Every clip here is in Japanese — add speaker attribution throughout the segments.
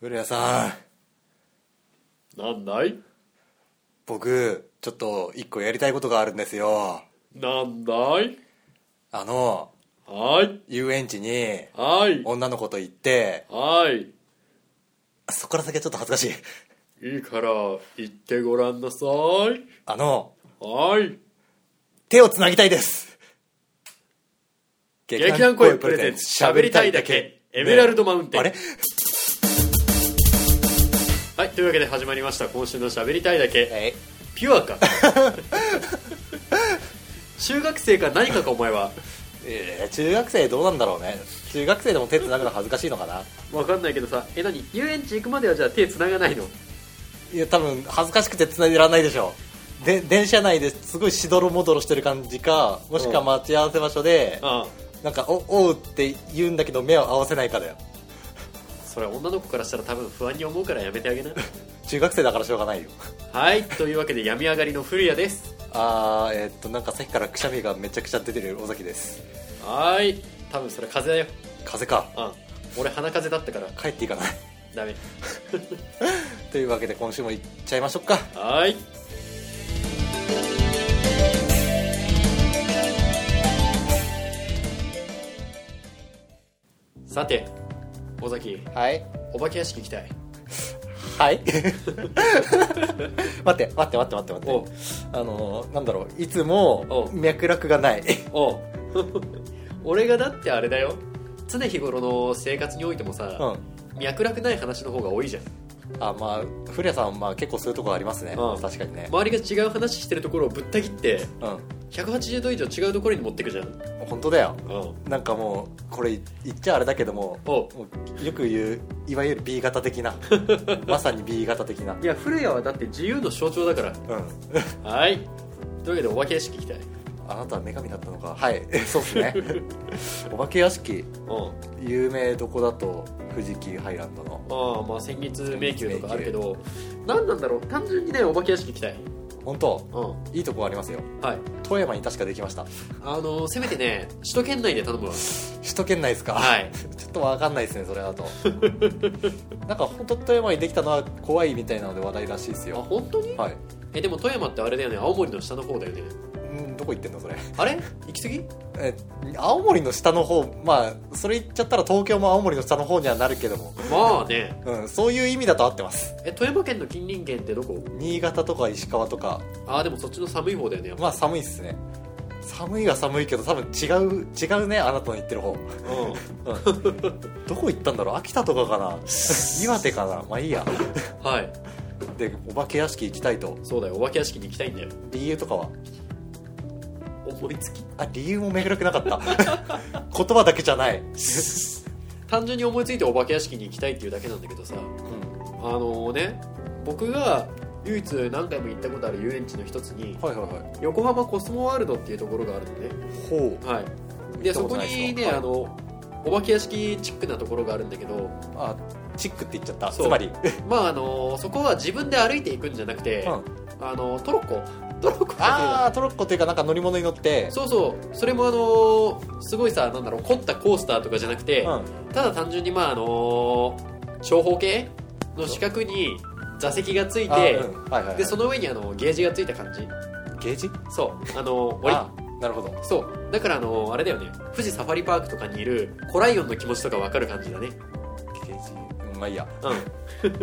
Speaker 1: 古谷さん
Speaker 2: なんない
Speaker 1: 僕ちょっと一個やりたいことがあるんですよ
Speaker 2: なんない
Speaker 1: あの
Speaker 2: はい
Speaker 1: 遊園地に
Speaker 2: はい
Speaker 1: 女の子と行って
Speaker 2: はい
Speaker 1: そこから先はちょっと恥ずかしい
Speaker 2: いいから言ってごらんなさい
Speaker 1: あの
Speaker 2: はい
Speaker 1: 手をつなぎたいです
Speaker 2: 劇団声プレゼンツ喋りたいだけエメラルドマウンテン
Speaker 1: あれ
Speaker 2: はいというわけで始まりました今週の喋りたいだけ
Speaker 1: え
Speaker 2: ピュア か中学生か何かかお前は
Speaker 1: えー中学生どうなんだろうね中学生でも手つなぐの恥ずかしいのかな
Speaker 2: わかんないけどさえ何遊園地行くまではじゃあ手繋がないの
Speaker 1: いや多分恥ずかしくてつないでらんないでしょで電車内ですごいしどろもどろしてる感じかもしくは
Speaker 2: うん
Speaker 1: 待ち合わせ場所で
Speaker 2: ああ
Speaker 1: なんか「おおう」って言うんだけど目を合わせないかだよ
Speaker 2: それは女の子からしたら多分不安に思うからやめてあげな
Speaker 1: 中学生だからしょうがないよ
Speaker 2: はいというわけで病み上がりの古谷です
Speaker 1: あーえーっとなんかさっきからくしゃみがめちゃくちゃ出てる尾崎です
Speaker 2: はい多分それ風邪だよ
Speaker 1: 風邪か
Speaker 2: あ俺鼻風邪だったから
Speaker 1: 帰っていかない
Speaker 2: ダメ
Speaker 1: というわけで今週も行っちゃいましょうか
Speaker 2: はいさて尾崎
Speaker 1: はい
Speaker 2: お化け屋敷行きたい
Speaker 1: はい 待って待って待って待って待
Speaker 2: お
Speaker 1: ってあのーなんだろういつも
Speaker 2: お
Speaker 1: 脈絡がない
Speaker 2: おう俺がだってあれだよ常日頃の生活においてもさ、
Speaker 1: うん
Speaker 2: 脈絡ない話の方が多いじゃん
Speaker 1: あまあ古谷さんはまあ結構そういうとこありますね、
Speaker 2: うん
Speaker 1: 確かにね、
Speaker 2: 周りが違う話してるところをぶった切って
Speaker 1: う
Speaker 2: 180度以上違うところに持ってくじゃんうん
Speaker 1: ん本当だよ
Speaker 2: お
Speaker 1: なんかもうこれ言っちゃあれだけども
Speaker 2: う
Speaker 1: もうよく言ういわゆる B 型的 なまさに B 型的ない
Speaker 2: や古谷はだって自由の象徴だから
Speaker 1: うん
Speaker 2: はいというわけでお化け屋敷行きたい
Speaker 1: あなたは女神だったのかはい そうっすねお化け屋敷
Speaker 2: うん
Speaker 1: 有名どこだと富士急ハイランドの
Speaker 2: ああまあ先月迷宮とかあるけど何なんだろう単純にねお化け屋敷行きたい
Speaker 1: 本当
Speaker 2: うん
Speaker 1: いいとこありますよ
Speaker 2: はい
Speaker 1: 富山に確かできました
Speaker 2: あのーせめてね首都圏内で頼むわ
Speaker 1: 首都圏内ですか
Speaker 2: はい
Speaker 1: ちょっとわかんないですねそれだとなんか本当富山にできたのは怖いみたいなので話題らしいです
Speaker 2: あ
Speaker 1: よ
Speaker 2: 本当に
Speaker 1: はい
Speaker 2: えでも富山ってあれだよね青森の下の方だよね
Speaker 1: うんどこ行ってんのそれ
Speaker 2: あれ行き過ぎ
Speaker 1: え青森の下の方まあそれ言っちゃったら東京も青森の下の方にはなるけども、
Speaker 2: まあね
Speaker 1: うん、そういう意味だと合ってます
Speaker 2: え富山県の近隣県ってどこ
Speaker 1: 新潟とか石川とか
Speaker 2: ああでもそっちの寒い方だよねやっぱ
Speaker 1: まあ寒いっすね寒いは寒いけど多分違う違うねあなたの言ってる方
Speaker 2: うん
Speaker 1: どこ行ったんだろう秋田とかか な岩手かなまあいいや
Speaker 2: はい
Speaker 1: でお化け屋敷行きたいと
Speaker 2: そうだよお化け屋敷に行きたいんだよ
Speaker 1: 理由とかは
Speaker 2: 思いつき
Speaker 1: あ理由も明るくなかった 言葉だけじゃない、
Speaker 2: 単純に思いついてお化け屋敷に行きたいっていうだけなんだけどさあのね僕が唯一何回も行ったことある遊園地の一つに
Speaker 1: はいはいはい
Speaker 2: 横浜コスモワールドっていうところがあるのね
Speaker 1: ほう
Speaker 2: はいで
Speaker 1: 行った
Speaker 2: そ
Speaker 1: こと
Speaker 2: こ
Speaker 1: ないですよ
Speaker 2: にね、
Speaker 1: はい
Speaker 2: あのお化け屋敷チックなところがあるんだけど
Speaker 1: あチックって言っちゃったつ
Speaker 2: そう
Speaker 1: まり、
Speaker 2: まああのそこは自分で歩いていくんじゃなくて、
Speaker 1: うん
Speaker 2: あのトロッコトロッコ
Speaker 1: ああトロッコというかなんか乗り物に乗って
Speaker 2: そうそうそれもあのすごいさなんだろう凝ったコースターとかじゃなくて、
Speaker 1: ん、
Speaker 2: ただ単純にまああの長方形の四角に座席がつい
Speaker 1: あ
Speaker 2: て、
Speaker 1: うんはいはいはい、
Speaker 2: でその上にあのゲージがついた感じ
Speaker 1: ゲージ
Speaker 2: そうあの折り
Speaker 1: あなるほど
Speaker 2: そうだからあのあれだよね富士サファリパークとかにいるコライオンの気持ちとか分かる感じだね
Speaker 1: ゲージうんまあいいや
Speaker 2: うん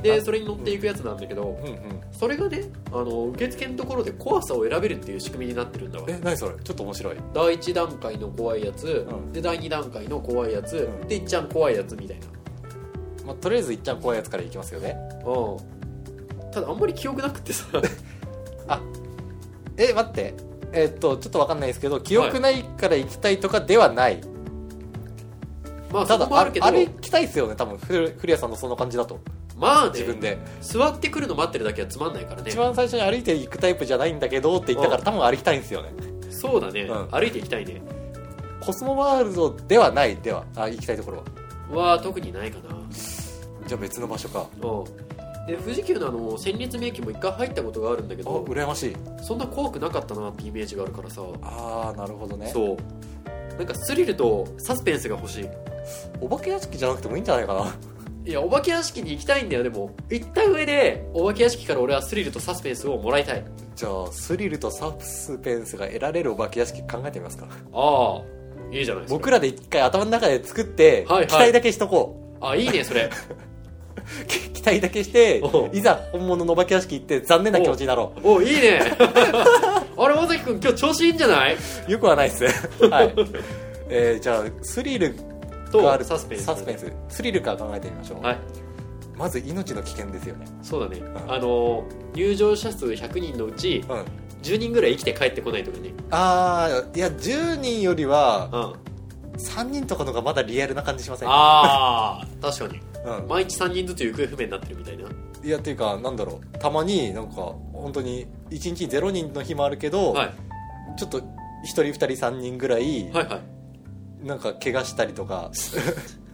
Speaker 2: で
Speaker 1: あ
Speaker 2: それに乗っていくやつなんだけど
Speaker 1: うんうん
Speaker 2: それがねあの受付のところで怖さを選べるっていう仕組みになってるんだわ
Speaker 1: え何それちょっと面白い
Speaker 2: 第1段階の怖いやつ、
Speaker 1: うん
Speaker 2: で第2段階の怖いやつ、
Speaker 1: うん
Speaker 2: でいっちゃん怖いやつみたいな
Speaker 1: まあ、とりあえずいっちゃん怖いやつからいきますよね
Speaker 2: うんただあんまり記憶なくっ てさ
Speaker 1: え待ってえっとちょっとわかんないですけど記憶ないから行きたいとかではない、
Speaker 2: まあ
Speaker 1: た
Speaker 2: そ
Speaker 1: だ
Speaker 2: こも
Speaker 1: あ
Speaker 2: あるけど
Speaker 1: あれ行きたいですよね多分古古谷さんのその感じだと
Speaker 2: まあね
Speaker 1: 自分で、
Speaker 2: 座ってくるの待ってるだけはつまんないからね
Speaker 1: 一番最初に歩いていくタイプじゃないんだけどって言ったから、
Speaker 2: うん
Speaker 1: 多分歩きたいんですよね
Speaker 2: そうだね、
Speaker 1: うん
Speaker 2: 歩いていきたいね
Speaker 1: コスモワールドではないではあ行きたいところは
Speaker 2: は特にないかな
Speaker 1: じゃあ別の場所か
Speaker 2: うんで富士急のあの戦慄迷宮も一回入ったことがあるんだけ
Speaker 1: あ
Speaker 2: ど
Speaker 1: 羨ましい
Speaker 2: そんな怖くなかったなってイメージがあるからさ、
Speaker 1: ああなるほどね
Speaker 2: そうなんかスリルとサスペンスが欲しい
Speaker 1: お化け屋敷じゃなくてもいいんじゃないかな
Speaker 2: いやお化け屋敷に行きたいんだよでも行った上でお化け屋敷から俺はスリルとサスペンスをもらいたい
Speaker 1: じゃあスリルとサスペンスが得られるお化け屋敷考えてみますか
Speaker 2: ああいいじゃないですか
Speaker 1: 僕らで一回頭の中で作って、
Speaker 2: はいはい
Speaker 1: 期待だけしとこう
Speaker 2: あいいねそれ
Speaker 1: き 期待だけして
Speaker 2: おう
Speaker 1: いざ本物のお化け屋敷行って残念な気持ちになろ
Speaker 2: おい いねあれまさきくん今日調子いいんじゃないう
Speaker 1: よくはないっすはい、えーじゃあスリルがあ
Speaker 2: と
Speaker 1: る
Speaker 2: サスペンス
Speaker 1: サスペンススリルから考えてみましょう、
Speaker 2: はい
Speaker 1: まず命の危険ですよね
Speaker 2: そうだね
Speaker 1: ん
Speaker 2: あの入場者数100人のうち
Speaker 1: うん
Speaker 2: 10人ぐらい生きて帰ってこないとかね
Speaker 1: ああいや10人より
Speaker 2: う
Speaker 1: は
Speaker 2: ん
Speaker 1: 3人とかのがまだリアルな感じしませんか
Speaker 2: ああ確かに
Speaker 1: うん
Speaker 2: 毎日3人ずつ行方不明になってるみたいない
Speaker 1: やっていうかなんだろうたまになんか本当に1日0人の日もあるけど、
Speaker 2: はい
Speaker 1: ちょっと1人2人3人ぐらい
Speaker 2: はいはい
Speaker 1: なんか怪我したりとか、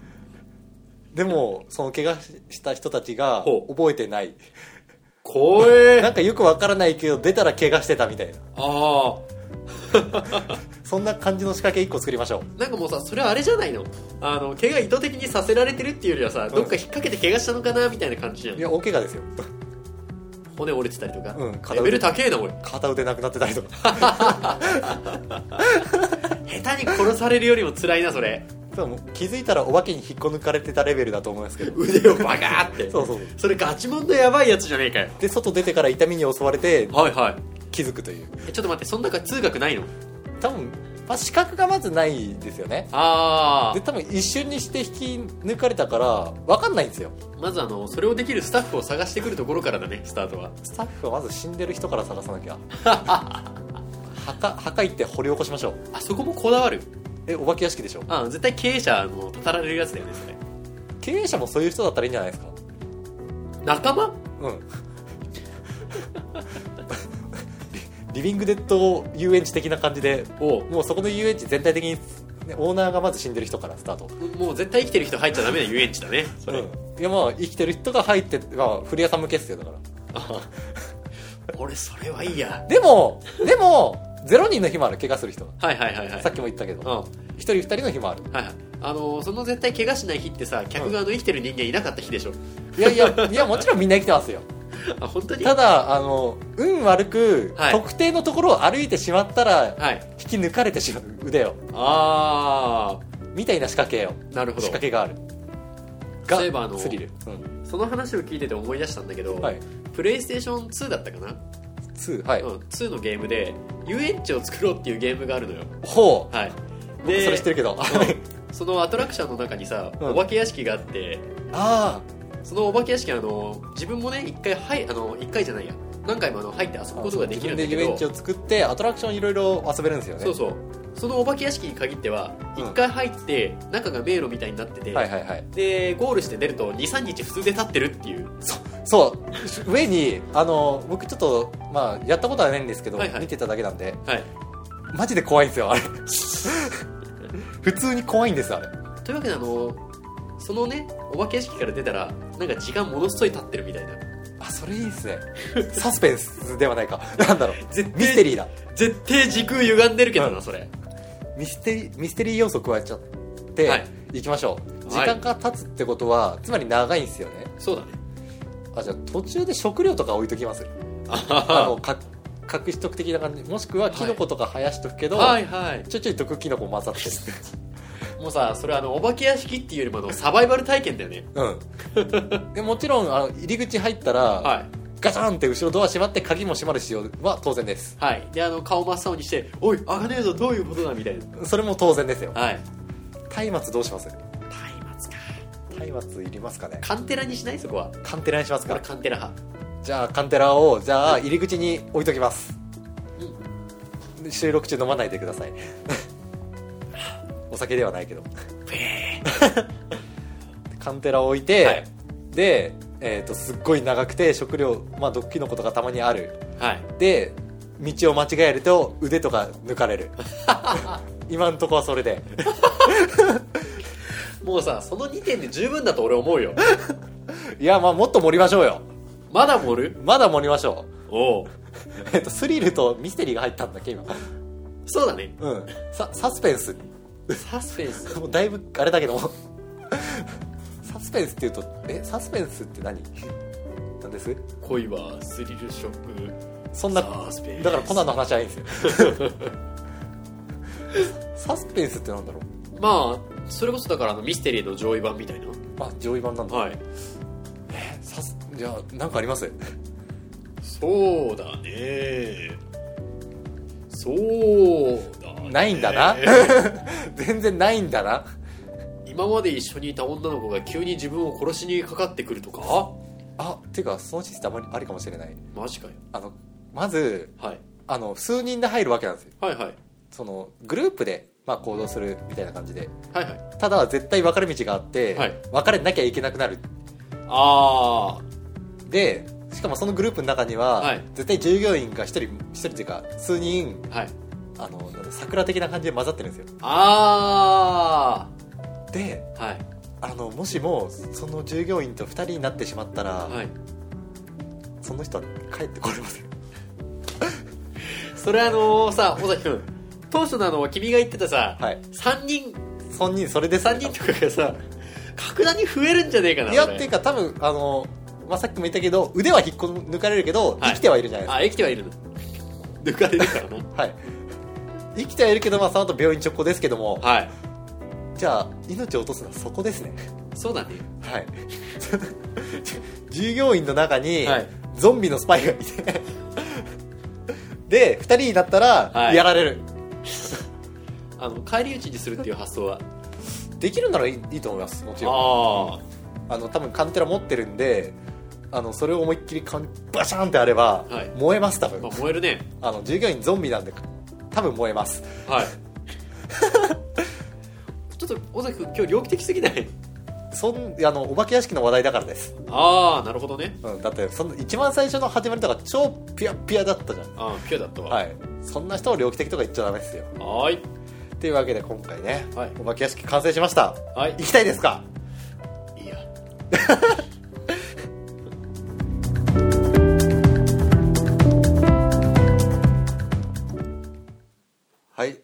Speaker 1: でもその怪我した人たちが
Speaker 2: ほう
Speaker 1: 覚えてない
Speaker 2: 怖え
Speaker 1: なんかよくわからないけど出たら怪我してたみたいな
Speaker 2: ああ
Speaker 1: そんな感じの仕掛け1個作りましょ
Speaker 2: なんかもうさそれはあれじゃないのあの怪我意図的にさせられてるっていうよりはさどっか引っ掛けて怪我したのかなみたいな感じじゃ
Speaker 1: うい
Speaker 2: ん
Speaker 1: や大怪我ですよ
Speaker 2: 骨折れてたりとか、
Speaker 1: うん
Speaker 2: レベル高えな俺
Speaker 1: 片腕なくなってたりとか
Speaker 2: 下手に殺されるよりも辛いなそれ
Speaker 1: 多分気づいたらお化けに引っこ抜かれてたレベルだと思いますけど
Speaker 2: 腕をバカーって
Speaker 1: そうそう
Speaker 2: それガチモンのやばいやつじゃねえかよ
Speaker 1: で外出てから痛みに襲われて
Speaker 2: はいはい
Speaker 1: 気づくという
Speaker 2: えちょっと待ってそん中通学ないの
Speaker 1: 多分、まあ、視覚がまずないですよね
Speaker 2: あ
Speaker 1: で多分一瞬にして引き抜かれたから分かんないんですよ
Speaker 2: あまずあのそれをできるスタッフを探してくるところからだねスタートは
Speaker 1: スタッフはまず死んでる人から探さなきゃ 墓墓行って掘り起こしましょう
Speaker 2: あそこもこだわる
Speaker 1: えお化け屋敷でしょ
Speaker 2: あ絶対経営者のたたられるやつだよねそれ
Speaker 1: 経営者もそういう人だったらいいんじゃないですか
Speaker 2: 仲間
Speaker 1: うん リリビングデッド遊園地的な感じで
Speaker 2: を
Speaker 1: もうそこの遊園地全体的に、ね、オーナーがまず死んでる人からスタート
Speaker 2: もう絶対生きてる人入っちゃダメな遊園地だねそれ、
Speaker 1: うん、いやまあ生きてる人が入って、まあ、古屋さん向けっすよだから
Speaker 2: あ俺それはいいや
Speaker 1: でもでも0人の日もある怪我する人は
Speaker 2: はいはいはいはい
Speaker 1: さっきも言ったけど
Speaker 2: うんは
Speaker 1: 1人2人の日もある
Speaker 2: いはいあのーその絶対怪我しない日ってさ客側の生きてる人間いなかった日でしょ、
Speaker 1: いやい やいやもちろんみんな生きてますよ
Speaker 2: あ本当には
Speaker 1: ただあの運悪く、
Speaker 2: はい
Speaker 1: 特定のところを歩いてしまったら
Speaker 2: い
Speaker 1: 引き抜かれてしまう腕を
Speaker 2: あ
Speaker 1: みたいな仕掛けよ
Speaker 2: あなるほ
Speaker 1: 仕
Speaker 2: ど
Speaker 1: 掛けがある
Speaker 2: そういえばあの
Speaker 1: スリル、うん
Speaker 2: その話を聞いてて思い出したんだけど、
Speaker 1: はい
Speaker 2: プレイステーション2だったかな、
Speaker 1: 2はい、
Speaker 2: うん、2のゲームで遊園地を作ろうっていうゲームがあるのよ
Speaker 1: ほう
Speaker 2: はい
Speaker 1: 僕それ知ってるけど、
Speaker 2: うんそのアトラクションの中にさ、
Speaker 1: うん
Speaker 2: お化け屋敷があって
Speaker 1: あ
Speaker 2: そのお化け屋敷あの自分もね一回はいあの一回じゃないや何回もあの入って遊
Speaker 1: あ
Speaker 2: ぶことができるんだ
Speaker 1: 自分
Speaker 2: け
Speaker 1: で遊園
Speaker 2: ど
Speaker 1: 地を作ってアトラクションいろいろ遊べるんですよね
Speaker 2: そうそうそのお化け屋敷に限っては
Speaker 1: うん
Speaker 2: 一回入って中が迷路みたいになってて、
Speaker 1: はいはいはい
Speaker 2: でゴールして出ると23日普通で立ってるっていう
Speaker 1: そう上にあの僕ちょっとまあやったことはないんですけど、
Speaker 2: はいはい
Speaker 1: 見てただけなんで
Speaker 2: はい
Speaker 1: マジで怖いんですよあれ 普通に怖いんですあれ
Speaker 2: というわけであのそのねお化け屋敷から出たらなんか時間ものすごい経ってるみたいな
Speaker 1: あそれいいですねサスペンスではないかなんだろう
Speaker 2: 絶対
Speaker 1: ミステリーだ
Speaker 2: 絶対時空歪んでるけどな、
Speaker 1: うん
Speaker 2: それ
Speaker 1: ミステリーミステリー要素加えちゃって、
Speaker 2: はい
Speaker 1: い、きましょう時
Speaker 2: はい
Speaker 1: 間が経つってことはつまり長いんですよね
Speaker 2: そうだね
Speaker 1: あじゃあ途中で食料とか置いときますあ
Speaker 2: あ
Speaker 1: のか隠しとく的な感じもしくはキノコとか生やしとくけど、
Speaker 2: はいはい
Speaker 1: ちょいちょい毒キノコ混ざってる
Speaker 2: もうさそれあのお化け屋敷っていうよりもあのサバイバル体験だよね
Speaker 1: うんでもちろんあの入り口入ったら、
Speaker 2: はい
Speaker 1: ガチャンって後ろドア閉まって鍵も閉まる仕様は当然です
Speaker 2: はいであの顔真っ青にして「おいあがねえぞどういうことだ」みたいな
Speaker 1: それも当然ですよ
Speaker 2: はい
Speaker 1: 松明どうします
Speaker 2: 松明か
Speaker 1: 松明いりますかね
Speaker 2: カンテラにしないそこは
Speaker 1: カンテラにします
Speaker 2: これ
Speaker 1: か
Speaker 2: カンテラ派
Speaker 1: じゃあカンテラをじゃあ入り口に置いときます
Speaker 2: う
Speaker 1: 収録中飲まないでくださいお酒ではないけど
Speaker 2: んペ
Speaker 1: カンテラを置いて、
Speaker 2: はい
Speaker 1: で、えー、とすっごい長くて食料、まあ、毒キノコとかたまにある
Speaker 2: ーはい
Speaker 1: で道を間違えると腕とか抜かれ る今んとこはそれで
Speaker 2: もうさその2点で十分だと俺思うよ
Speaker 1: いやまあもっと盛りましょうよ
Speaker 2: まだ盛る
Speaker 1: まだ盛りましょう
Speaker 2: おう
Speaker 1: えっと、スリルとミステリーが入ったんだっけ今
Speaker 2: そうだね
Speaker 1: うんササスペンス
Speaker 2: サスペンス
Speaker 1: もうだいぶあれだけどもサススペンスっていうとえサスペンスって何なんです
Speaker 2: 恋はスリルショッ
Speaker 1: そんな
Speaker 2: サスペンス
Speaker 1: だからコナンの話はいいんですよ サスペンスってなんだろう
Speaker 2: クまあそれこそだからあのミステリーの上位版みたいな
Speaker 1: あ上位版なんだ、
Speaker 2: はい
Speaker 1: サスじゃあなんかあります
Speaker 2: そうだねそうだね
Speaker 1: ないんだな 全然ないんだな
Speaker 2: 今まで一緒にいた女の子が急に自分を殺しにかかってくるとか
Speaker 1: あていうかそのシステムありありかもしれない
Speaker 2: マジかよ、
Speaker 1: あのまず
Speaker 2: はい、
Speaker 1: あの数人で入るわけなんですよ
Speaker 2: はいはい
Speaker 1: そのグループで、まあ、行動するみたいな感じで
Speaker 2: はいはい
Speaker 1: ただ絶対分かれ道があって、
Speaker 2: はい
Speaker 1: 別れなきゃいけなくなる
Speaker 2: あ
Speaker 1: でしかもそのグループの中には、
Speaker 2: はい
Speaker 1: 絶対従業員が一人一人っていうか数人
Speaker 2: あはい
Speaker 1: あのなんだ桜的な感じで混ざってるんですよ
Speaker 2: あ
Speaker 1: で
Speaker 2: あはい
Speaker 1: あのもしもその従業員と2人になってしまったら、
Speaker 2: はい
Speaker 1: その人は帰ってこれません
Speaker 2: それあのさ尾崎君当初のあの君が言ってたさ、
Speaker 1: はい
Speaker 2: 3人
Speaker 1: 3人それで
Speaker 2: 3人とかがさ格段に増えるんじゃねえかない
Speaker 1: やっ
Speaker 2: 俺
Speaker 1: ていうか多分あの、まあ、さっきも言ったけど腕は引っこ抜かれるけど、
Speaker 2: はい
Speaker 1: 生きてはいるじゃないですか
Speaker 2: あ生きてはいるの抜かれるからな
Speaker 1: はい、生きてはいるけど、まあ、その後病院直行ですけども、
Speaker 2: はい
Speaker 1: じゃあ命を落とすのはそこですね
Speaker 2: そうだね
Speaker 1: はい 従業員の中に、
Speaker 2: はい
Speaker 1: ゾンビのスパイがいてで2人になったら、
Speaker 2: はい
Speaker 1: やられる
Speaker 2: あの返り討ちにするっていう発想は
Speaker 1: できるならいいいいと思いますもちろん
Speaker 2: あ
Speaker 1: あの多分カンテラ持ってるんであのそれを思いっきりカンバシャーンってあれば、
Speaker 2: はい
Speaker 1: 燃えます多
Speaker 2: あ、
Speaker 1: 分、
Speaker 2: まあ、燃えるね
Speaker 1: あの従業員ゾンビなんで多分燃えます
Speaker 2: はい ちょっと尾崎君今日猟奇的すぎない
Speaker 1: そんあのお化け屋敷の話題だからです、
Speaker 2: ああなるほどね
Speaker 1: うん、だってその一番最初の始まりとか超ピアピアだったじゃん
Speaker 2: あーピュアだったわ
Speaker 1: はいそんな人を猟奇的とか言っちゃダメですよ
Speaker 2: はーい
Speaker 1: っていうわけで今回ね、
Speaker 2: はい
Speaker 1: お化け屋敷完成しました
Speaker 2: はい
Speaker 1: 行きたいですか
Speaker 2: いいや
Speaker 1: はい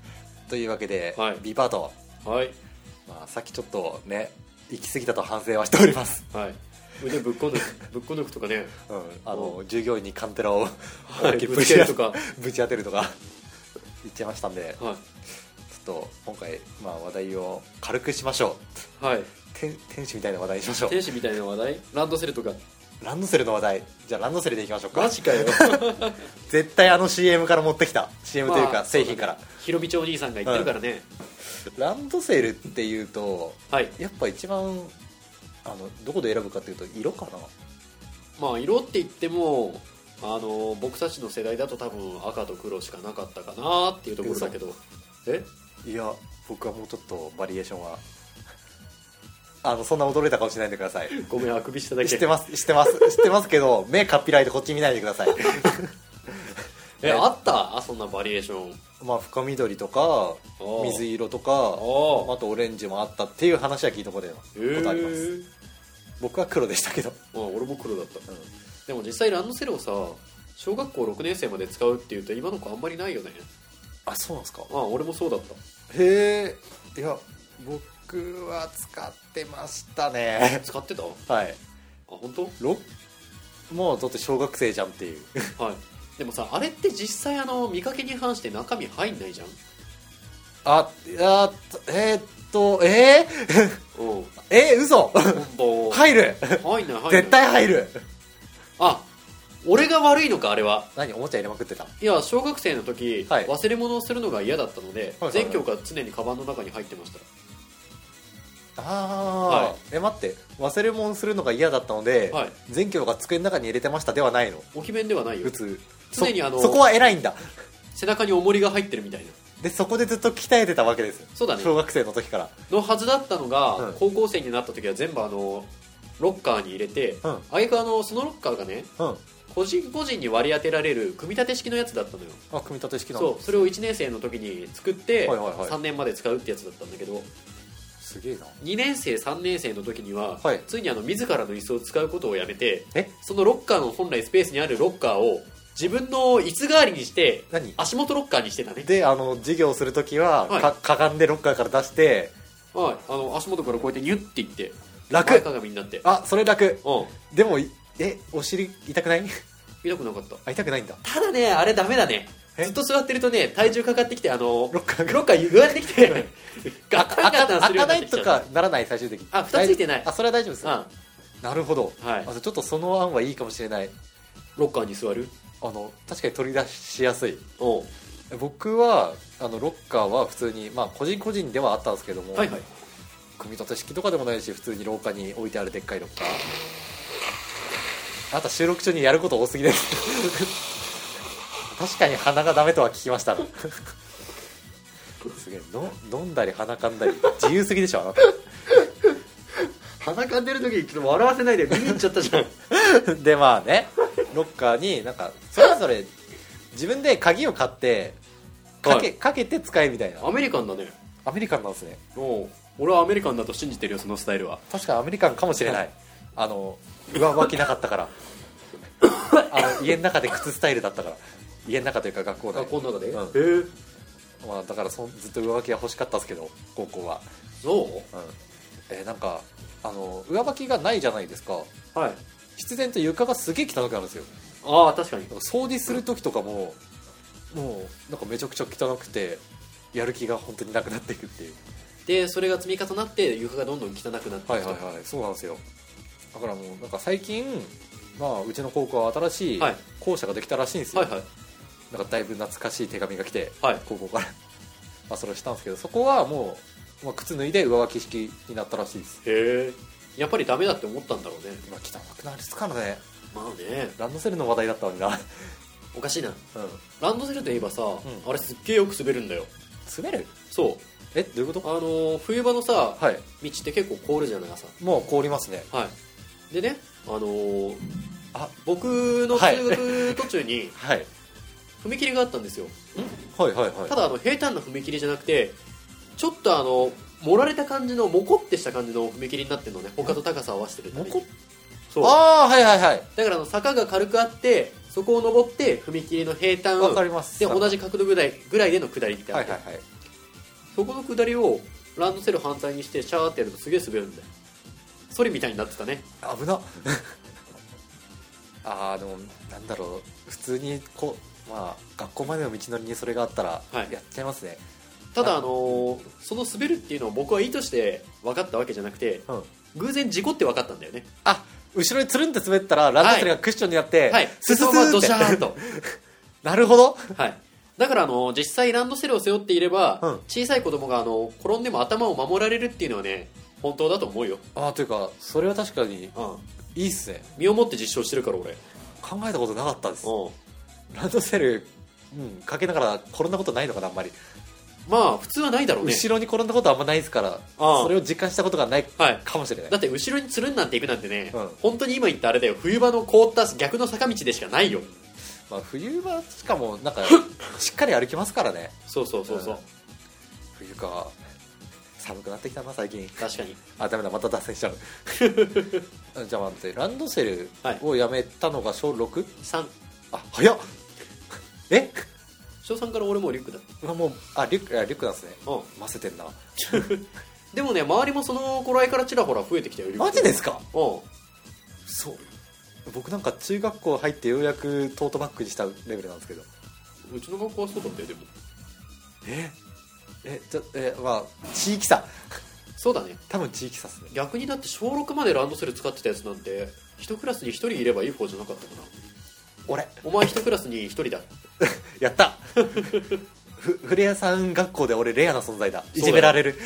Speaker 1: というわけで、
Speaker 2: はい
Speaker 1: B パート、
Speaker 2: はい
Speaker 1: まあ、さっきちょっとね行き過ぎたと反省はしております、
Speaker 2: はい腕ぶっこ抜くぶっこ抜くとかね
Speaker 1: うん、あの従業員にカンテラを
Speaker 2: はい
Speaker 1: 思いっきり
Speaker 2: ぶつけるとか
Speaker 1: ぶち当てるとか言っちゃいましたんでちょっ
Speaker 2: は
Speaker 1: と今回、まあ、話題を軽くしましょ
Speaker 2: いはい
Speaker 1: て天使みたいな話題にしましょ
Speaker 2: い天使みたいな話題ランドセルとか
Speaker 1: うランドセルの話題じゃあランドセルでいきましょうか
Speaker 2: マジか よ
Speaker 1: 絶対あの CM から持ってきた CM という
Speaker 2: まあ
Speaker 1: か製品から、
Speaker 2: ひろみちお兄さんが言ってるからね、
Speaker 1: ランドセルっていうと
Speaker 2: はい
Speaker 1: やっぱ一番あのどこで選ぶかっていうと色かな
Speaker 2: まあ色って言ってもあの僕たちの世代だと多分赤と黒しかなかったかなっていうところだけどえ
Speaker 1: いや僕はもうちょっとバリエーションは あのそんな驚いた顔しないでください
Speaker 2: ごめんあくびしただけ
Speaker 1: 知ってます知ってます知ってますけど目かっぴらいてこっち見ないでください
Speaker 2: えあったあそんなバリエーション
Speaker 1: まあ深緑とか
Speaker 2: ー
Speaker 1: 水色と
Speaker 2: あ
Speaker 1: か
Speaker 2: あ
Speaker 1: あとオレンジもあったっていう話は聞いたことあります
Speaker 2: ええ
Speaker 1: ことあります僕は黒でしたけど
Speaker 2: まあ俺も黒だった
Speaker 1: うん
Speaker 2: でも実際ランドセルをさ小学校6年生まで使うっていうと今の子あんまりないよね
Speaker 1: あそうなんですか
Speaker 2: ああ俺もそうだった
Speaker 1: へえいや僕は使ってましたね
Speaker 2: 使ってたあ
Speaker 1: はい
Speaker 2: 本当
Speaker 1: ろもうだって小学生じゃんっていう
Speaker 2: はいでもさあれって実際あの見かけに反して中身入んないじゃん
Speaker 1: あいやえーっとえ
Speaker 2: うん
Speaker 1: ー、えー、嘘
Speaker 2: ボン
Speaker 1: 入る
Speaker 2: 入んない入んない
Speaker 1: 絶対入る
Speaker 2: あ俺が悪いのかあれは
Speaker 1: 何おもちゃ入れまくってた
Speaker 2: いや小学生の時、
Speaker 1: はい
Speaker 2: 忘れ物をするのが嫌だったので、
Speaker 1: はいはいはい
Speaker 2: 全教科常にカバンの中に入ってました
Speaker 1: ああ、
Speaker 2: はい
Speaker 1: え待って忘れ物するのが嫌だったので、
Speaker 2: はい
Speaker 1: 全教が机の中に入れてましたではないの
Speaker 2: 置き弁ではないよ
Speaker 1: 普通
Speaker 2: 常にあの
Speaker 1: そそこは偉いんだ
Speaker 2: 背中に重りが入ってるみたいな
Speaker 1: でそこでずっと鍛えてたわけですよ
Speaker 2: そうだね
Speaker 1: 小学生の時から
Speaker 2: のはずだったのが、
Speaker 1: うん
Speaker 2: 高校生になった時は全部あのロッカーに入れて、
Speaker 1: うん
Speaker 2: あげくあのそのロッカーがね
Speaker 1: うん
Speaker 2: 個人個人に割り当てられる組み立て式のやつだったのよ
Speaker 1: あ組み立て式なの
Speaker 2: そうそれを1年生の時に作って、
Speaker 1: はいはいはい
Speaker 2: 3年まで使うってやつだったんだけど
Speaker 1: すげえな
Speaker 2: 2年生3年生の時には、
Speaker 1: はい
Speaker 2: ついにあの自らの椅子を使うことをやめて
Speaker 1: え
Speaker 2: そのロッカーの本来スペースにあるロッカーを自分の椅子代わりにして
Speaker 1: 何
Speaker 2: 足元ロッカーにしてたね
Speaker 1: であの授業するときは、
Speaker 2: はい
Speaker 1: かかがんでロッカーから出して
Speaker 2: はいあの足元からこうやってニュッていって
Speaker 1: 楽
Speaker 2: 前かがみになってうん
Speaker 1: あそれ楽でもいえお尻痛くない
Speaker 2: 痛くなかった
Speaker 1: あ痛くないんだ
Speaker 2: ただねあれダメだね
Speaker 1: え
Speaker 2: ずっと座ってるとね体重かかってきてあの
Speaker 1: ロッカーが
Speaker 2: ロッカー歪んでき てガタンガ
Speaker 1: 開か
Speaker 2: タンす
Speaker 1: 開
Speaker 2: るよ
Speaker 1: か
Speaker 2: うに
Speaker 1: な
Speaker 2: なって
Speaker 1: い
Speaker 2: きちゃ
Speaker 1: と
Speaker 2: う
Speaker 1: かならない最終的に
Speaker 2: あ蓋ついてない
Speaker 1: 大丈夫あそれは大丈夫です
Speaker 2: あ
Speaker 1: なるほど、
Speaker 2: はい
Speaker 1: あじゃあちょっとその案はいいかもしれない
Speaker 2: ロッカーに座る
Speaker 1: あの確かに取り出しやすい
Speaker 2: おう
Speaker 1: 僕はあのロッカーは普通に、まあ、個人個人ではあったんですけども、
Speaker 2: はいはい
Speaker 1: 組み立て式とかでもないし普通に廊下に置いてあるでっかいロッカーあと収録中にやること多すぎです確かに鼻がダメとは聞きましたすげえの飲んだり鼻かんだり自由すぎでしょあなた
Speaker 2: 鼻かんでる時にちょっと笑わせないで見に行っちゃったじゃん
Speaker 1: でまあねロッカーになんかそれぞれ自分で鍵を買ってかけ,、
Speaker 2: は
Speaker 1: かけて使えみたいな
Speaker 2: アメリカンだね
Speaker 1: アメリカンなんですね
Speaker 2: おう俺はアメリカンだと信じてるよそのスタイルは
Speaker 1: 確かにアメリカンかもしれないあの上履きなかったからあの家の中で靴スタイルだったから家の中というか学校
Speaker 2: 学
Speaker 1: で
Speaker 2: 校、の中で、
Speaker 1: うん
Speaker 2: へえ
Speaker 1: まあ、だからそんずっと上履きが欲しかったですけど高校は、
Speaker 2: そ
Speaker 1: うんえーなんかあの上履きがないじゃないですか
Speaker 2: うはい
Speaker 1: 必然と床がすげえ汚くなるんですよ
Speaker 2: ああ確かに
Speaker 1: なんか掃除する時とかももうなんかめちゃくちゃ汚くてやる気が本当になくなっていくっていう
Speaker 2: でそれが積み重なって床がどんどん汚くなって
Speaker 1: はいはいはいそうなんですよだからもうなんか最近、まあ、うちの高校は新しい
Speaker 2: はい
Speaker 1: 校舎ができたらしいんですよ、
Speaker 2: はいはい
Speaker 1: なんかだいぶ懐かしい手紙が来て
Speaker 2: はい
Speaker 1: 高校から まあそれをしたんですけどそこはもう、まあ、靴脱いで上履き式になったらしいです
Speaker 2: へえやっぱりダメだって思ったんだろうね
Speaker 1: 今汚くなりすからね
Speaker 2: まあね
Speaker 1: ランドセルの話題だったのにな、 うん、
Speaker 2: おかしいなランドセルといえばさ、
Speaker 1: ん
Speaker 2: あれすっげえよく滑るんだよ
Speaker 1: 滑る
Speaker 2: そう
Speaker 1: えどういうこ
Speaker 2: あのー冬場のさ、
Speaker 1: とはい
Speaker 2: 道って結構凍るじゃない朝
Speaker 1: もう凍りますね
Speaker 2: はいでねあのー
Speaker 1: あ
Speaker 2: 僕の
Speaker 1: はい
Speaker 2: 通学途中に
Speaker 1: はい
Speaker 2: 踏切があったんですよ、
Speaker 1: はいはいはい
Speaker 2: ただあの平坦な踏切じゃなくてちょっとあの盛られた感じのモコってした感じの踏切になってるのね他と高さを合わせてるために
Speaker 1: モコ
Speaker 2: そう
Speaker 1: ああはいはいはい
Speaker 2: だからあの坂が軽くあってそこを登って踏切の平
Speaker 1: わか
Speaker 2: 坦
Speaker 1: ります
Speaker 2: で
Speaker 1: は
Speaker 2: 同じ角度ぐらいぐらいでの下りって
Speaker 1: い
Speaker 2: あ
Speaker 1: は
Speaker 2: っ
Speaker 1: い
Speaker 2: て、
Speaker 1: はい
Speaker 2: そこの下りをランドセル反対にしてシャーってやるとすげえ滑るんだよソリみたいになってたね
Speaker 1: 危なああでもなんだろう普通にこうまあ学校までの道のりにそれがあったら
Speaker 2: はい
Speaker 1: やっちゃいますね、
Speaker 2: ただ
Speaker 1: は
Speaker 2: あのーその滑るっていうのを僕は意図して分かったわけじゃなくて
Speaker 1: うん
Speaker 2: 偶然事故って分かったんだよね
Speaker 1: あ後ろにつるんって滑ったらランドセルがクッションになって、
Speaker 2: はい
Speaker 1: スス
Speaker 2: す
Speaker 1: ス
Speaker 2: そまドシャ
Speaker 1: ー
Speaker 2: ー
Speaker 1: っ
Speaker 2: ン
Speaker 1: て
Speaker 2: と
Speaker 1: なるほど
Speaker 2: はいだからあのー実際ランドセルを背負っていれば、
Speaker 1: うん
Speaker 2: 小さい子供があのー転んでも頭を守られるっていうのはね本当だと思うよ、
Speaker 1: ああというかそれは確かに
Speaker 2: うん、
Speaker 1: いいっすね
Speaker 2: 身をもって実証してるから俺
Speaker 1: 考えたことなかったです
Speaker 2: うん
Speaker 1: ランドセル、うん、かけながら転んだことないのかなあんまり、
Speaker 2: まあ普通はないだろうね
Speaker 1: 後ろに転んだことあんまないですから
Speaker 2: ああ
Speaker 1: それを実感したことがない
Speaker 2: はい
Speaker 1: かもしれない
Speaker 2: だって後ろにつるんなんていくなんてね、
Speaker 1: うん
Speaker 2: 本当に今言ったあれだよ冬場の凍った逆の坂道でしかないよ
Speaker 1: まあ、冬はしかもなんかしっかり歩きますからね
Speaker 2: そうそうそうそう、
Speaker 1: うん冬か寒くなってきたな最近
Speaker 2: 確かに
Speaker 1: あダメだまた脱線しちゃう じゃあ待ってランドセル
Speaker 2: はい
Speaker 1: をやめたのが小 6?
Speaker 2: 3
Speaker 1: あ早っえ
Speaker 2: 小3から俺もうリュックだ
Speaker 1: あもうあリュックあリュックなんですね
Speaker 2: うん
Speaker 1: ませてんな
Speaker 2: でもね周りもその頃合いからちらほら増えてきたよリュック
Speaker 1: マジですか
Speaker 2: うん
Speaker 1: そう僕なんか中学校入ってようやくトートバッグにしたレベルなんですけど
Speaker 2: うちの学校はそうだったよでも
Speaker 1: ええちょえまあ地域差
Speaker 2: そうだね
Speaker 1: 多分地域差っすね
Speaker 2: 逆にだって小6までランドセル使ってたやつなんて一クラスに一人いればいい方じゃなかったかな
Speaker 1: 俺
Speaker 2: お前一クラスに一人だ
Speaker 1: やったふフレアさん学校で俺レアな存在だ
Speaker 2: だよ
Speaker 1: いじめられる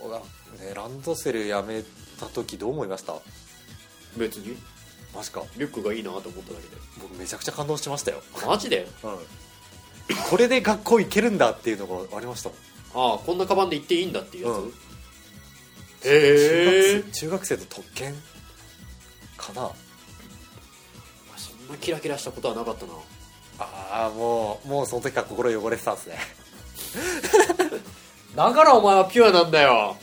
Speaker 1: そうだねランドセルやめた時どう思いました
Speaker 2: 別に
Speaker 1: マジか
Speaker 2: リュックがいいなと思っただけで
Speaker 1: 僕めちゃくちゃ感動しましたよ、
Speaker 2: マジで
Speaker 1: うん、これで学校行けるんだっていうのがありましたもん
Speaker 2: ああこんなカバンで行っていいんだっていうやつ、
Speaker 1: うん
Speaker 2: へえ
Speaker 1: 中学生中学生の特権かな
Speaker 2: そんなキラキラしたことはなかったな
Speaker 1: ああもうもうその時から心汚れてたんですね
Speaker 2: だからお前はピュアなんだよ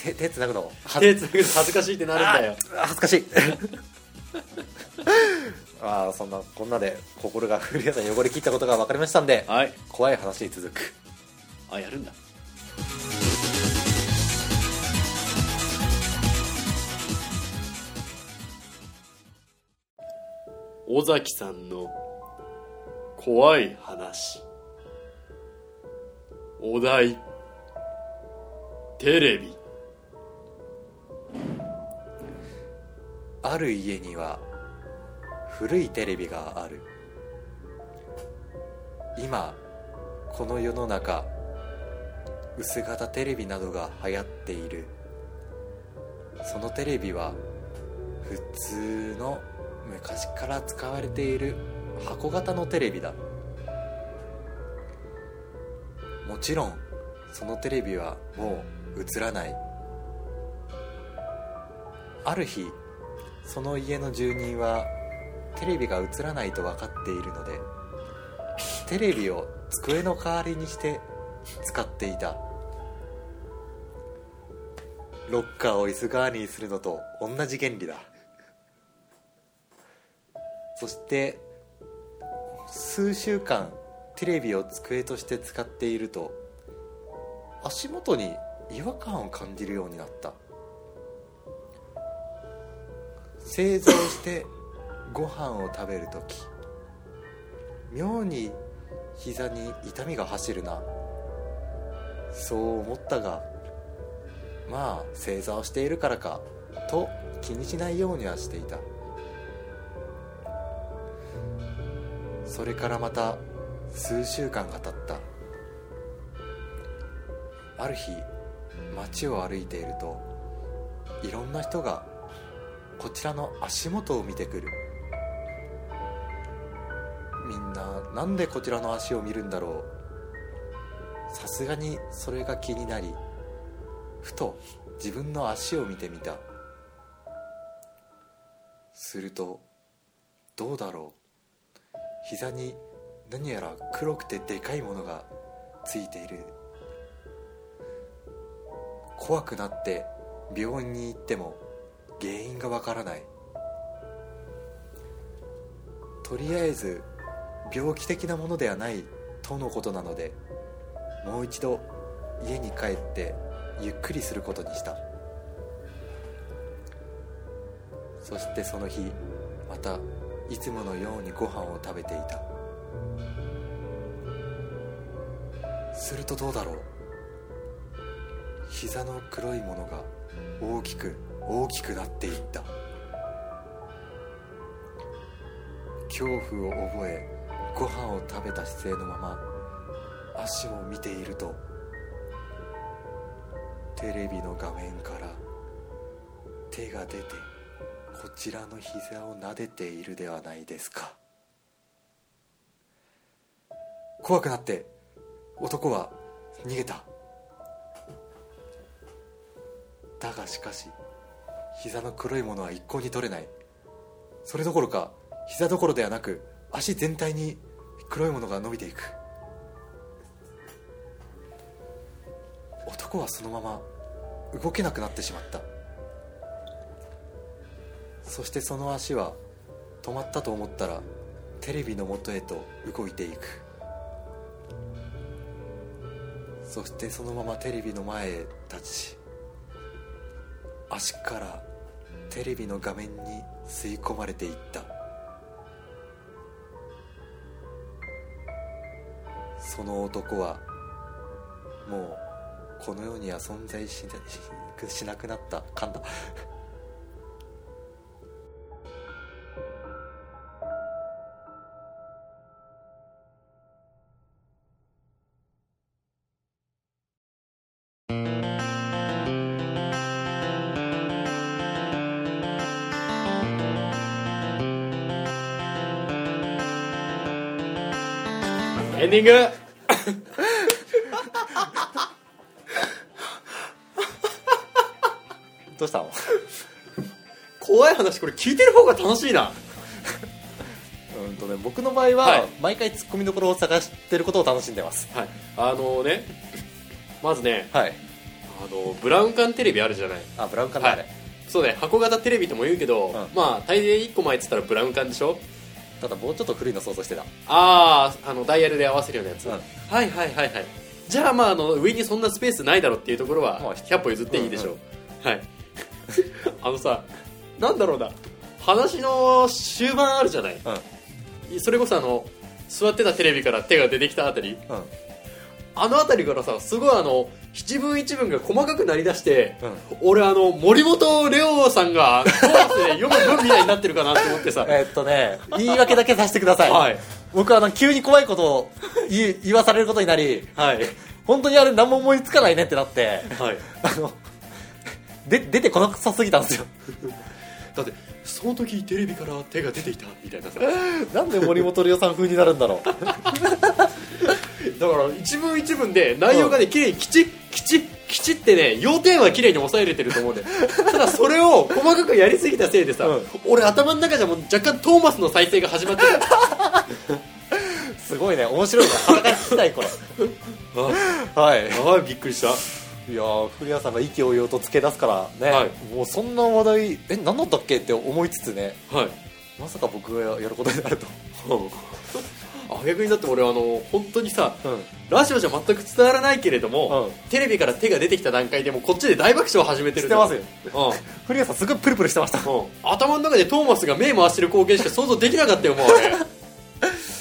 Speaker 1: 手手つなぐのは
Speaker 2: 手つなぐと恥ずかしいってなるんだよ
Speaker 1: あ恥ずかしい ああそんなこんなで心が古谷さんに汚れ切ったことが分かりましたんで
Speaker 2: はい
Speaker 1: 怖い話に続く
Speaker 2: あやるんだ尾崎さんの怖い話お題テレビ
Speaker 1: ある家には古いテレビがある今この世の中薄型テレビなどが流行っているそのテレビは普通の昔から使われている箱型のテレビだもちろんそのテレビはもう映らないある日その家の住人はテレビが映らないと分かっているのでテレビを机の代わりにして使っていたロッカーを椅子代わりにするのと同じ原理だそして数週間テレビを机として使っていると足元に違和感を感じるようになった製造してご飯を食べる時妙に膝に痛みが走るなそう思ったがまあ正座をしているからかと気にしないようにはしていたそれからまた数週間が経ったある日街を歩いているといろんな人がこちらの足元を見てくるみんななんでこちらの足を見るんだろうさすがにそれが気になりふと自分の足を見てみたするとどうだろう膝に何やら黒くてでかいものがついている怖くなって病院に行っても原因がわからないとりあえず病気的なものではないとのことなのでもう一度家に帰ってゆっくりすることにしたそしてその日またいつものようにご飯を食べていたするとどうだろう膝の黒いものが大きく大きくなっていった恐怖を覚えご飯を食べた姿勢のまま足を見ているとテレビの画面から手が出てこちらの膝を撫でているではないですか怖くなって男は逃げただがしかし膝の黒いものは一向に取れないそれどころか膝どころではなく足全体に黒いものが伸びていく男はそのまま動けなくなってしまったそしてその足は止まったと思ったらテレビの元へと動いていくそしてそのままテレビの前へ立ち足からテレビの画面に吸い込まれていったその男はもうこの世には存在しなしなくなった噛んだ
Speaker 2: エンディング
Speaker 1: どうしたの
Speaker 2: 怖い話これ聞いてる方が楽しいな
Speaker 1: うんとね僕の場合は、
Speaker 2: はい
Speaker 1: 毎回ツッコミどころを探してることを楽しんでます
Speaker 2: はいあのねまずね
Speaker 1: はい
Speaker 2: あのブラウン管テレビあるじゃない
Speaker 1: あブラウン管だあれ、
Speaker 2: はいそうね箱型テレビとも言うけど、
Speaker 1: ん
Speaker 2: まあ大抵1個前っつったらブラウン管でしょ
Speaker 1: ただもうちょっと古いの想像してた
Speaker 2: あああのダイヤルで合わせるようなやつ、
Speaker 1: うん
Speaker 2: はいはいはいはいじゃあまああの上にそんなスペースないだろっていうところは
Speaker 1: まあ
Speaker 2: 100歩譲っていいでしょう、はいあのさなんだろうな話の終盤あるじゃない
Speaker 1: うん
Speaker 2: それこそあの座ってたテレビから手が出てきたあたり
Speaker 1: うん
Speaker 2: あのあたりからさすごいあの七分一分が細かくなりだして、
Speaker 1: うん
Speaker 2: 俺あの森本レオさんがコーラスで読む文みたいになってるかなと思って さ
Speaker 1: えーっとね言い訳だけさせてください、
Speaker 2: はい
Speaker 1: 僕あの急に怖いことを言い言わされることになり
Speaker 2: はい
Speaker 1: 本当にあれ何も思いつかないねってなって
Speaker 2: はい
Speaker 1: あので出てこなさすぎたんですよ
Speaker 2: だってその時テレビから手が出ていたみたいな さ
Speaker 1: なんで森本龍さん風になるんだろう
Speaker 2: だから一文一文で内容がね、綺麗にきちっきちっきちってね要点は綺麗に抑えれてると思 うんでただそれを細かくやりすぎたせいでさ、
Speaker 1: うん
Speaker 2: 俺頭の中じゃもう若干トーマスの再生が始ま ってた
Speaker 1: すごいね面白いね裸に聞きたいこれはい
Speaker 2: ああびっくりした
Speaker 1: いやー古谷さんが意気揚々とつけ出すからね、
Speaker 2: はい
Speaker 1: もうそんな話題え何だったっけって思いつつね
Speaker 2: はい
Speaker 1: まさか僕がやることになると
Speaker 2: あ逆にだって俺あの本当にさ
Speaker 1: うん
Speaker 2: ラジオじゃ全く伝わらないけれども、
Speaker 1: うん
Speaker 2: テレビから手が出てきた段階でもうこっちで大爆笑を始めて
Speaker 1: 知
Speaker 2: る
Speaker 1: ってますよ
Speaker 2: うん
Speaker 1: 古谷さんすごいプルプルしてました
Speaker 2: うん頭の中でトーマスが目回してる光景しか想像できなかったよもう あれ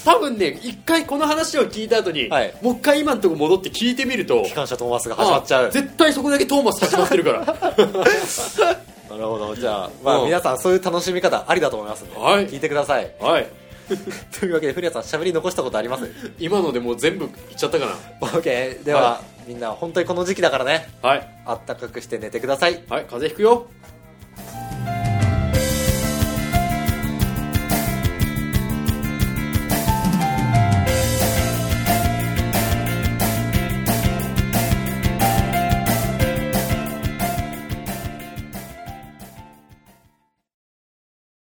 Speaker 2: 多分ね一回この話を聞いた後に、
Speaker 1: はい
Speaker 2: もう一回今のとこ戻って聞いてみると
Speaker 1: 機関車トーマスが始まっちゃ
Speaker 2: あ
Speaker 1: う
Speaker 2: 絶対そこだけトーマス始まってるから
Speaker 1: なるほどじゃあ、まあ、
Speaker 2: うん
Speaker 1: 皆さんそういう楽しみ方ありだと思いますんで、
Speaker 2: はい
Speaker 1: 聞いてください
Speaker 2: はい
Speaker 1: というわけで古谷さんしゃべり残したことあり ます
Speaker 2: 今のでもう全部いっちゃったかな
Speaker 1: OK では、みんな本当にこの時期だからね
Speaker 2: はい
Speaker 1: あったかくして寝てください
Speaker 2: はい風邪ひくよ